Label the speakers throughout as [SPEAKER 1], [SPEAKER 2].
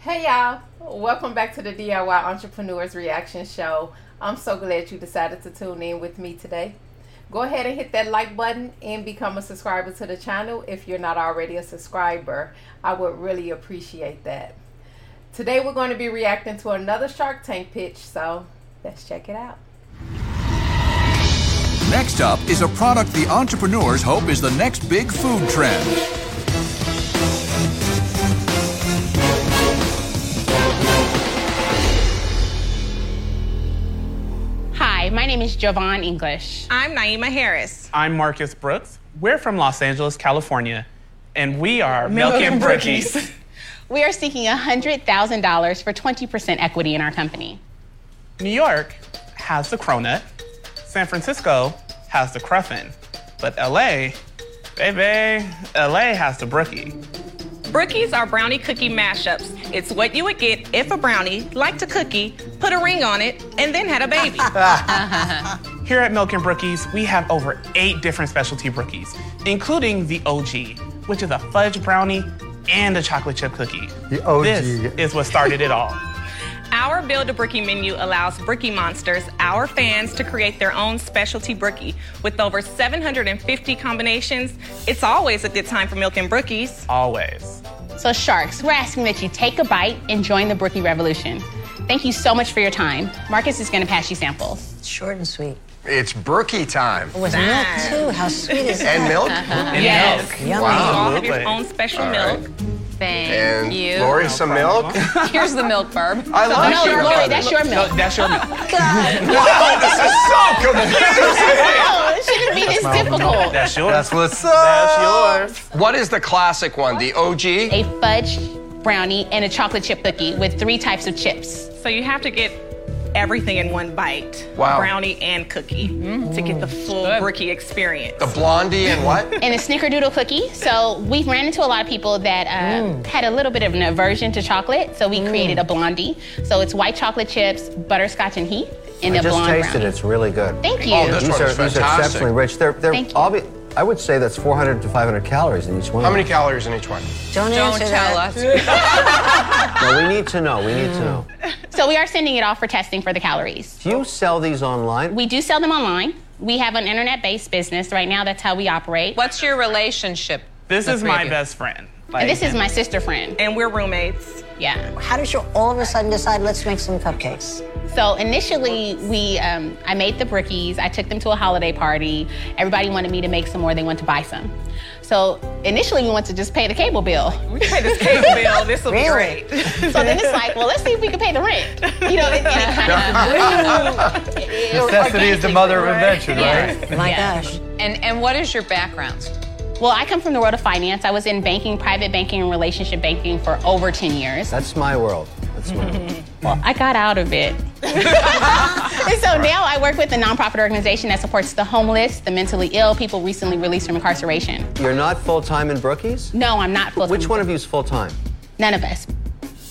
[SPEAKER 1] Hey y'all, welcome back to the DIY Entrepreneurs Reaction Show. I'm so glad you decided to tune in with me today. Go ahead and hit that like button and become a subscriber to the channel if you're not already a subscriber. I would really appreciate that. Today we're going to be reacting to another Shark Tank pitch, so let's check it out.
[SPEAKER 2] Next up is a product the entrepreneurs hope is the next big food trend.
[SPEAKER 3] Hi, my name is Jovan English.
[SPEAKER 4] I'm Naima Harris.
[SPEAKER 5] I'm Marcus Brooks. We're from Los Angeles, California, and we are Milk, and Brookies.
[SPEAKER 3] We are seeking $100,000 for 20% equity in our company.
[SPEAKER 5] New York has the cronut, San Francisco has the cruffin, but LA, baby, LA has the brookie.
[SPEAKER 4] Brookies are brownie cookie mashups. It's what you would get if a brownie liked a cookie, put a ring on it, and then had a baby.
[SPEAKER 5] Here at Milk and Brookies, we have over eight different specialty brookies, including the OG, which is a fudge brownie and a chocolate chip cookie.
[SPEAKER 6] The OG.
[SPEAKER 5] This is what started it all.
[SPEAKER 4] our Build a Brookie menu allows Brookie Monsters, our fans, to create their own specialty Brookie. With over 750 combinations, it's always a good time for Milk and Brookies.
[SPEAKER 5] Always.
[SPEAKER 3] So, Sharks, we're asking that you take a bite and join the Brookie Revolution. Thank you so much for your time. Marcus is going to pass you samples.
[SPEAKER 7] Short and sweet.
[SPEAKER 6] It's brookie time.
[SPEAKER 7] With milk too. How sweet is that?
[SPEAKER 6] And milk?
[SPEAKER 5] And
[SPEAKER 4] Yes.
[SPEAKER 5] milk.
[SPEAKER 7] Yummy.
[SPEAKER 4] You all have
[SPEAKER 5] Absolutely.
[SPEAKER 4] your own special
[SPEAKER 6] All right.
[SPEAKER 4] milk.
[SPEAKER 3] Thank
[SPEAKER 6] And Lori, some
[SPEAKER 5] problem.
[SPEAKER 6] milk?
[SPEAKER 4] Here's the milk barb.
[SPEAKER 6] I love
[SPEAKER 3] No,
[SPEAKER 6] your
[SPEAKER 3] Lori,
[SPEAKER 6] milk.
[SPEAKER 3] that's your
[SPEAKER 5] No,
[SPEAKER 3] milk.
[SPEAKER 5] that's your milk.
[SPEAKER 6] Oh, this is so confusing.
[SPEAKER 3] Oh, it shouldn't be this difficult.
[SPEAKER 5] That's yours.
[SPEAKER 6] That's what's up.
[SPEAKER 5] That's
[SPEAKER 6] yours. What is the classic one? The OG?
[SPEAKER 3] A fudge brownie and a chocolate chip cookie with three types of chips.
[SPEAKER 4] So you have to get everything in one bite.
[SPEAKER 6] Wow.
[SPEAKER 4] Brownie and cookie to get the full brookie experience.
[SPEAKER 6] The blondie and what?
[SPEAKER 3] And a snickerdoodle cookie. So, we ran into a lot of people that uh, had a little bit of an aversion to chocolate. So, we created a blondie. So, it's white chocolate chips, butterscotch, and heat, and a
[SPEAKER 8] I just
[SPEAKER 3] blonde
[SPEAKER 8] tasted
[SPEAKER 3] brownie.
[SPEAKER 8] it. It's really good.
[SPEAKER 3] Thank you.
[SPEAKER 6] Oh, this
[SPEAKER 8] These
[SPEAKER 6] one
[SPEAKER 8] are,
[SPEAKER 6] is
[SPEAKER 8] these are exceptionally
[SPEAKER 6] fantastic.
[SPEAKER 8] rich. They're, they're
[SPEAKER 3] Thank you.
[SPEAKER 8] obvi- I would say that's 400 to 500 calories in each one.
[SPEAKER 6] How many calories in each one?
[SPEAKER 7] Don't, answer that.
[SPEAKER 8] No, we need to know. We need to know.
[SPEAKER 3] So we are sending it off for testing for the calories.
[SPEAKER 8] Do you sell these online?
[SPEAKER 3] We do sell them online. We have an internet-based business right now. That's how we operate.
[SPEAKER 9] What's your relationship?
[SPEAKER 5] This
[SPEAKER 9] the
[SPEAKER 5] is
[SPEAKER 9] three of
[SPEAKER 5] my
[SPEAKER 9] you?
[SPEAKER 5] best friend.
[SPEAKER 3] And
[SPEAKER 5] Like,
[SPEAKER 3] this is my sister friend.
[SPEAKER 4] and we're roommates.
[SPEAKER 3] Yeah.
[SPEAKER 7] How did you all of a sudden decide, let's make some cupcakes?
[SPEAKER 3] So initially, we um, I made the brickies. I took them to a holiday party. Everybody wanted me to make some more. They wanted to buy some. So initially, we wanted to just pay the cable bill.
[SPEAKER 4] Hey, this cake bill, this will be
[SPEAKER 7] Really?
[SPEAKER 4] great.
[SPEAKER 3] So then it's like, well, let's see if we can pay the rent. You know, it, it kind of
[SPEAKER 6] Necessity is the mother of invention,
[SPEAKER 3] Yes.
[SPEAKER 7] My
[SPEAKER 3] Yeah.
[SPEAKER 7] gosh.
[SPEAKER 9] And and what is your background?
[SPEAKER 3] Well, I come from the world of finance. I was in banking, private banking, and relationship banking for over 10 years.
[SPEAKER 8] That's my world. That's my world.
[SPEAKER 3] Well, I got out of it. and so now I work with a nonprofit organization that supports the homeless, the mentally ill, people recently released from incarceration.
[SPEAKER 8] You're not full time in Brookies?
[SPEAKER 3] No, I'm not full
[SPEAKER 8] Which one of you is full time?
[SPEAKER 3] None of us.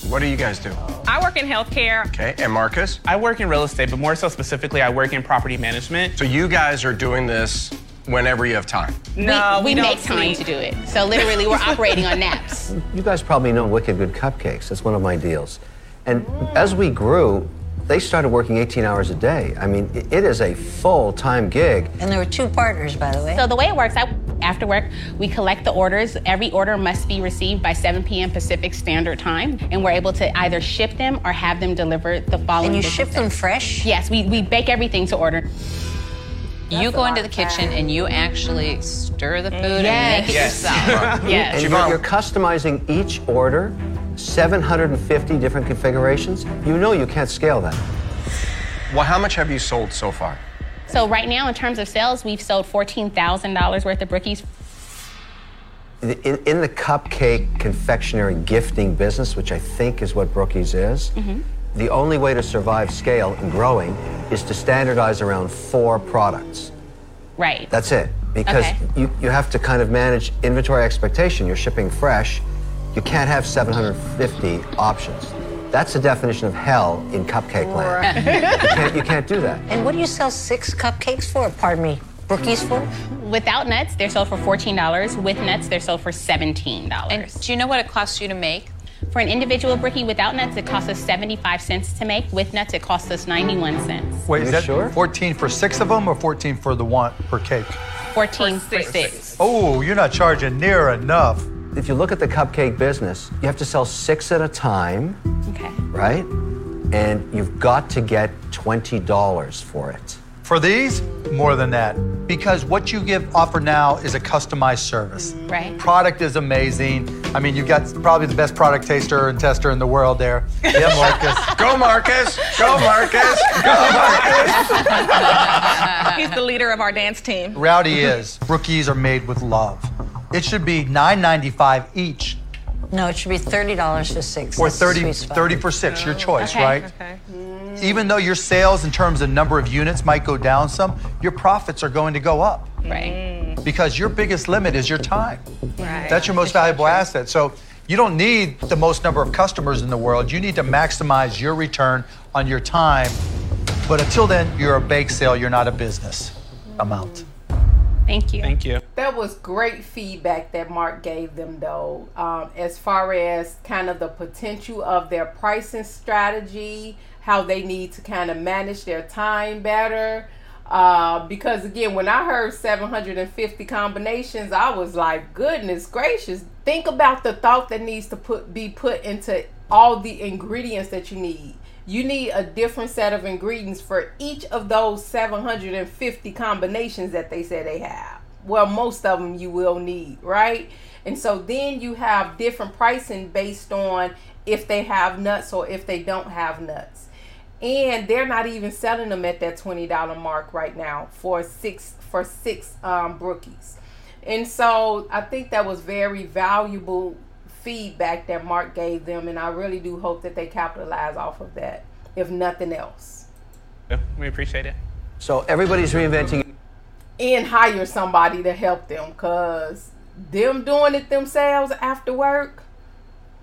[SPEAKER 6] What do you guys do?
[SPEAKER 4] I work in healthcare.
[SPEAKER 6] Okay, and Marcus?
[SPEAKER 5] I work in real estate, but more so specifically, I work in property management.
[SPEAKER 6] So you guys are doing this whenever you have time.
[SPEAKER 4] No,
[SPEAKER 3] we,
[SPEAKER 4] we don't
[SPEAKER 3] make time
[SPEAKER 4] sleep.
[SPEAKER 3] to do it. So literally, we're operating on naps.
[SPEAKER 8] You guys probably know Wicked Good Cupcakes. That's one of my deals. And as we grew, they started working 18 hours a day. I mean, it- it is a full time gig.
[SPEAKER 7] And there were two partners, by the way.
[SPEAKER 3] So the way it works, I, after work, we collect the orders. Every order must be received by 7 p.m. Pacific Standard Time, and we're able to either ship them or have them delivered the following.
[SPEAKER 7] and you
[SPEAKER 3] business
[SPEAKER 7] ship
[SPEAKER 3] day.
[SPEAKER 7] them fresh?
[SPEAKER 3] Yes, we, we bake everything to order.
[SPEAKER 9] you go into the kitchen and you actually stir the food and make it
[SPEAKER 5] Yes.
[SPEAKER 9] yourself.
[SPEAKER 3] Yes.
[SPEAKER 8] And you're,
[SPEAKER 6] Siobhan.
[SPEAKER 8] you're customizing each order, 750 different configurations. You know you can't scale that.
[SPEAKER 6] Well, how much have you sold so far?
[SPEAKER 3] So right now, in terms of sales, we've sold fourteen thousand dollars worth of brookies.
[SPEAKER 8] In, in the cupcake confectionery gifting business, which I think is what Brookies is, the only way to survive scale and growing is to standardize around four products.
[SPEAKER 3] Right.
[SPEAKER 8] That's it. Because
[SPEAKER 3] Okay.
[SPEAKER 8] you, you have to kind of manage inventory expectation. You're shipping fresh. You can't have 750 options. That's the definition of hell in cupcake land. you, can't, you can't do that.
[SPEAKER 7] And what do you sell six cupcakes for? Pardon me. Brookies for?
[SPEAKER 3] Without nuts, they're sold for fourteen dollars. With nuts, they're sold for seventeen dollars.
[SPEAKER 9] Do you know what it costs you to make?
[SPEAKER 3] For an individual brookie without nuts, it costs us 75 cents to make. With nuts, it costs us 91 cents.
[SPEAKER 10] Wait, is
[SPEAKER 8] You
[SPEAKER 10] that
[SPEAKER 8] sure?
[SPEAKER 10] 14 for six of them or 14 for the one per cake?
[SPEAKER 3] 14
[SPEAKER 4] For
[SPEAKER 3] for
[SPEAKER 4] six.
[SPEAKER 3] six.
[SPEAKER 10] Oh, you're not charging near enough.
[SPEAKER 8] If you look at the cupcake business, you have to sell six at a time,
[SPEAKER 3] Okay.
[SPEAKER 8] right? And you've got to get $20 for it.
[SPEAKER 10] For these, more than that. Because what you give offer now is a customized service.
[SPEAKER 3] Right.
[SPEAKER 10] Product is amazing. I mean, you've got probably the best product taster and tester in the world there. Yeah, Marcus.
[SPEAKER 6] Go, Marcus. Go, Marcus. Go, Marcus.
[SPEAKER 4] Mm. He's the leader of our dance team.
[SPEAKER 10] Rowdy is. Rookies are made with love. It should be $9.95 each
[SPEAKER 7] No, it should be $30 for six.
[SPEAKER 10] or
[SPEAKER 7] That's the
[SPEAKER 10] 30,
[SPEAKER 7] sweet spot.
[SPEAKER 10] 30 for six, your choice,
[SPEAKER 3] Okay.
[SPEAKER 10] right?
[SPEAKER 4] Okay.
[SPEAKER 10] Even though your sales in terms of number of units might go down some, your profits are going to go up.
[SPEAKER 3] Right.
[SPEAKER 10] because your biggest limit is your time.
[SPEAKER 4] Right.
[SPEAKER 10] That's your most valuable asset. So you don't need the most number of customers in the world. You need to maximize your return on your time. But until then, you're a bake sale, you're not a business amount.
[SPEAKER 3] Thank you.
[SPEAKER 5] Thank you.
[SPEAKER 1] That was great feedback that Mark gave them, though, um, as far as kind of the potential of their pricing strategy, how they need to kind of manage their time better. Uh, because again, when I heard 750 combinations, I was like, goodness gracious, think about the thought that needs to put be put into all the ingredients that you need. You need a different set of ingredients for each of those 750 combinations that they say they have. Well, most of them you will need, right? And so then you have different pricing based on if they have nuts or if they don't have nuts. And they're not even selling them at that $20 mark right now for six for six um, brookies. And so I think that was very valuable feedback that Mark gave them, and I really do hope that they capitalize off of that, if nothing else.
[SPEAKER 5] We appreciate it.
[SPEAKER 8] So everybody's reinventing.
[SPEAKER 1] And hire somebody to help them, cause them doing it themselves after work.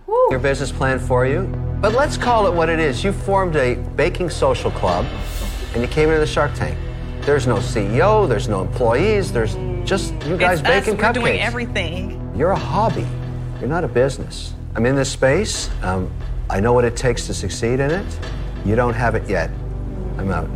[SPEAKER 8] your business plan for you. But let's call it what it is. You formed a baking social club and you came into the Shark Tank. There's no CEO, there's no employees, there's just you guys
[SPEAKER 4] It's us.
[SPEAKER 8] baking
[SPEAKER 4] We're
[SPEAKER 8] cupcakes.
[SPEAKER 4] doing everything.
[SPEAKER 8] You're a hobby, you're not a business. I'm in this space, um, I know what it takes to succeed in it. You don't have it yet. I'm out.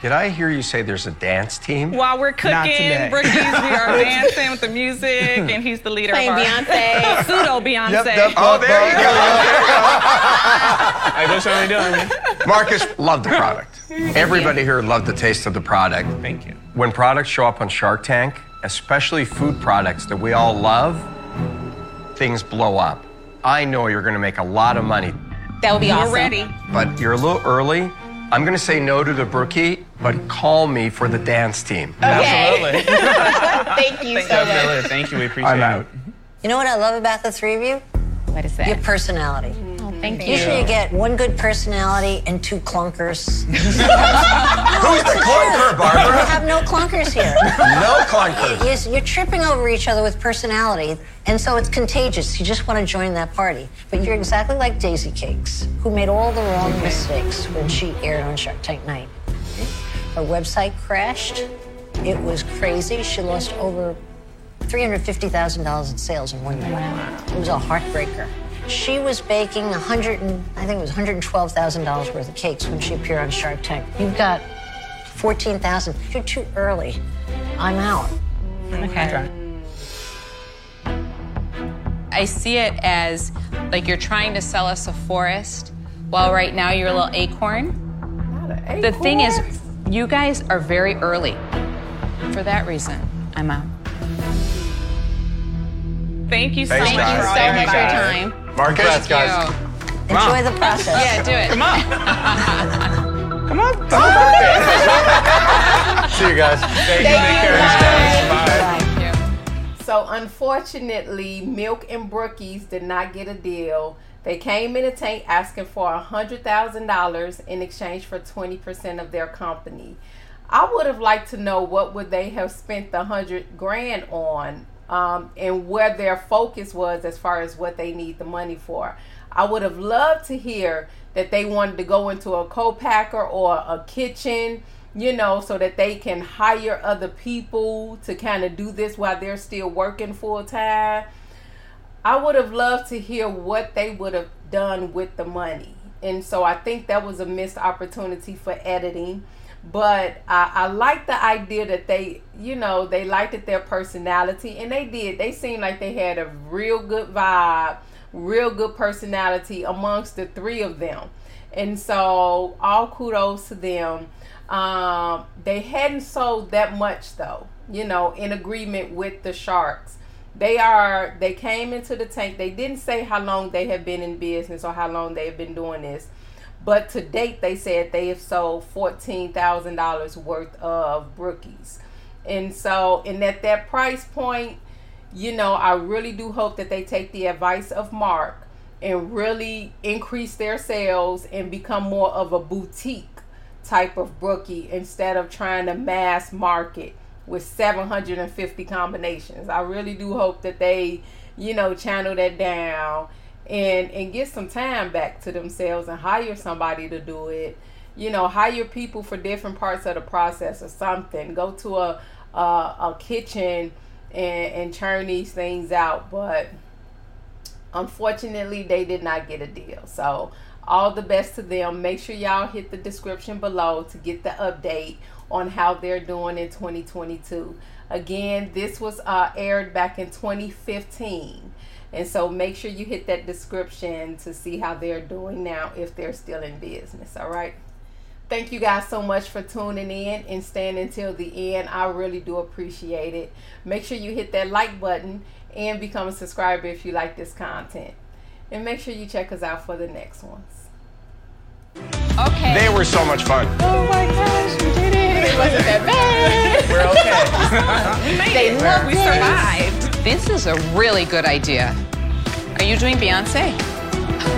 [SPEAKER 6] Did I hear you say there's a dance team?
[SPEAKER 4] While we're
[SPEAKER 5] today.
[SPEAKER 4] cooking, Brookies, we are dancing with the music, and he's the leader
[SPEAKER 3] Playing
[SPEAKER 4] of our
[SPEAKER 3] Beyonce.
[SPEAKER 4] pseudo Beyonce.
[SPEAKER 10] Yep, yep,
[SPEAKER 6] Oh, there you go.
[SPEAKER 5] I wish I only done.
[SPEAKER 6] Marcus loved the product. Everybody here loved the taste of the product.
[SPEAKER 5] Thank you.
[SPEAKER 6] When products show up on Shark Tank, especially food products that we all love, things blow up. I know you're going to make a lot of money,
[SPEAKER 3] That would be awesome.
[SPEAKER 4] We're ready.
[SPEAKER 6] but you're a little early. I'm going to say no to the brookie, but call me for the dance team.
[SPEAKER 3] Okay.
[SPEAKER 5] Absolutely.
[SPEAKER 3] Thank you so much.
[SPEAKER 5] Absolutely. Thank you. We appreciate
[SPEAKER 6] I'm out.
[SPEAKER 5] it.
[SPEAKER 7] You know what I love about the three of you?
[SPEAKER 3] What is
[SPEAKER 7] Your
[SPEAKER 3] that?
[SPEAKER 7] personality.
[SPEAKER 3] Thank
[SPEAKER 7] Usually
[SPEAKER 3] you.
[SPEAKER 7] you get one good personality and two clunkers.
[SPEAKER 6] Who's the clunker,
[SPEAKER 7] You
[SPEAKER 6] Barbara?
[SPEAKER 7] have no clunkers here.
[SPEAKER 6] No clunker.
[SPEAKER 7] Yes, You're tripping over each other with personality, and so it's contagious. You just want to join that party. But you're exactly like Daisy Cakes, who made all the wrong mistakes when she aired on Shark Tank Night. Her website crashed. It was crazy. She lost over $350,000 in sales in one year. It was a heartbreaker. She was baking 100 and, I think it was $112,000 worth of cakes when she appeared on Shark Tank. You've got 14,000. You're too early. I'm out.
[SPEAKER 9] Okay. I see it as like you're trying to sell us a forest, while right now you're a little acorn. The thing is, you guys are very early. For that reason, I'm out.
[SPEAKER 4] Thank you so
[SPEAKER 6] Thanks,
[SPEAKER 4] much
[SPEAKER 3] Thank you
[SPEAKER 4] for all
[SPEAKER 3] so
[SPEAKER 4] your
[SPEAKER 3] much for your
[SPEAKER 4] advice.
[SPEAKER 3] time.
[SPEAKER 10] Congrats, guys.
[SPEAKER 9] Thank you.
[SPEAKER 7] Enjoy the process.
[SPEAKER 9] Yeah, do it.
[SPEAKER 5] Come on.
[SPEAKER 10] See you guys.
[SPEAKER 1] So unfortunately, Milk and Brookies did not get a deal. They came in a tank asking for hundred thousand dollars in exchange for twenty percent of their company. I would have liked to know what would they have spent the hundred grand on, um, and where their focus was as far as what they need the money for. I would have loved to hear that they wanted to go into a co-packer or a kitchen you know, so that they can hire other people to kind of do this while they're still working full time. I would have loved to hear what they would have done with the money. And so I think that was a missed opportunity for editing. But I, I like the idea that they, you know, they liked it their personality. And they did. They seemed like they had a real good vibe, real good personality amongst the three of them. And so all kudos to them. Um, they hadn't sold that much though, you know, in agreement with the sharks. They are they came into the tank. They didn't say how long they have been in business or how long they have been doing this. But to date they said they have sold fourteen thousand dollars worth of brookies. And so and at that price point, you know, I really do hope that they take the advice of Mark and really increase their sales and become more of a boutique type of brookie instead of trying to mass market with 750 combinations. I really do hope that they, you know, channel that down and and get some time back to themselves and hire somebody to do it. You know, hire people for different parts of the process or something. Go to a a, a kitchen and and churn these things out, but unfortunately they did not get a deal. So, all the best to them. Make sure y'all hit the description below to get the update on how they're doing in 2022. Again, this was uh, aired back in 2015. And so make sure you hit that description to see how they're doing now if they're still in business. All right. Thank you guys so much for tuning in and staying until the end. I really do appreciate it. Make sure you hit that like button and become a subscriber if you like this content. And make sure you check us out for the next ones.
[SPEAKER 9] Okay.
[SPEAKER 6] They were so much fun.
[SPEAKER 1] Oh my gosh, we did it. It wasn't that bad.
[SPEAKER 6] We're okay.
[SPEAKER 9] We made
[SPEAKER 1] They
[SPEAKER 9] it.
[SPEAKER 1] love
[SPEAKER 9] we
[SPEAKER 1] this.
[SPEAKER 9] survived. This is a really good idea. Are you doing Beyonce?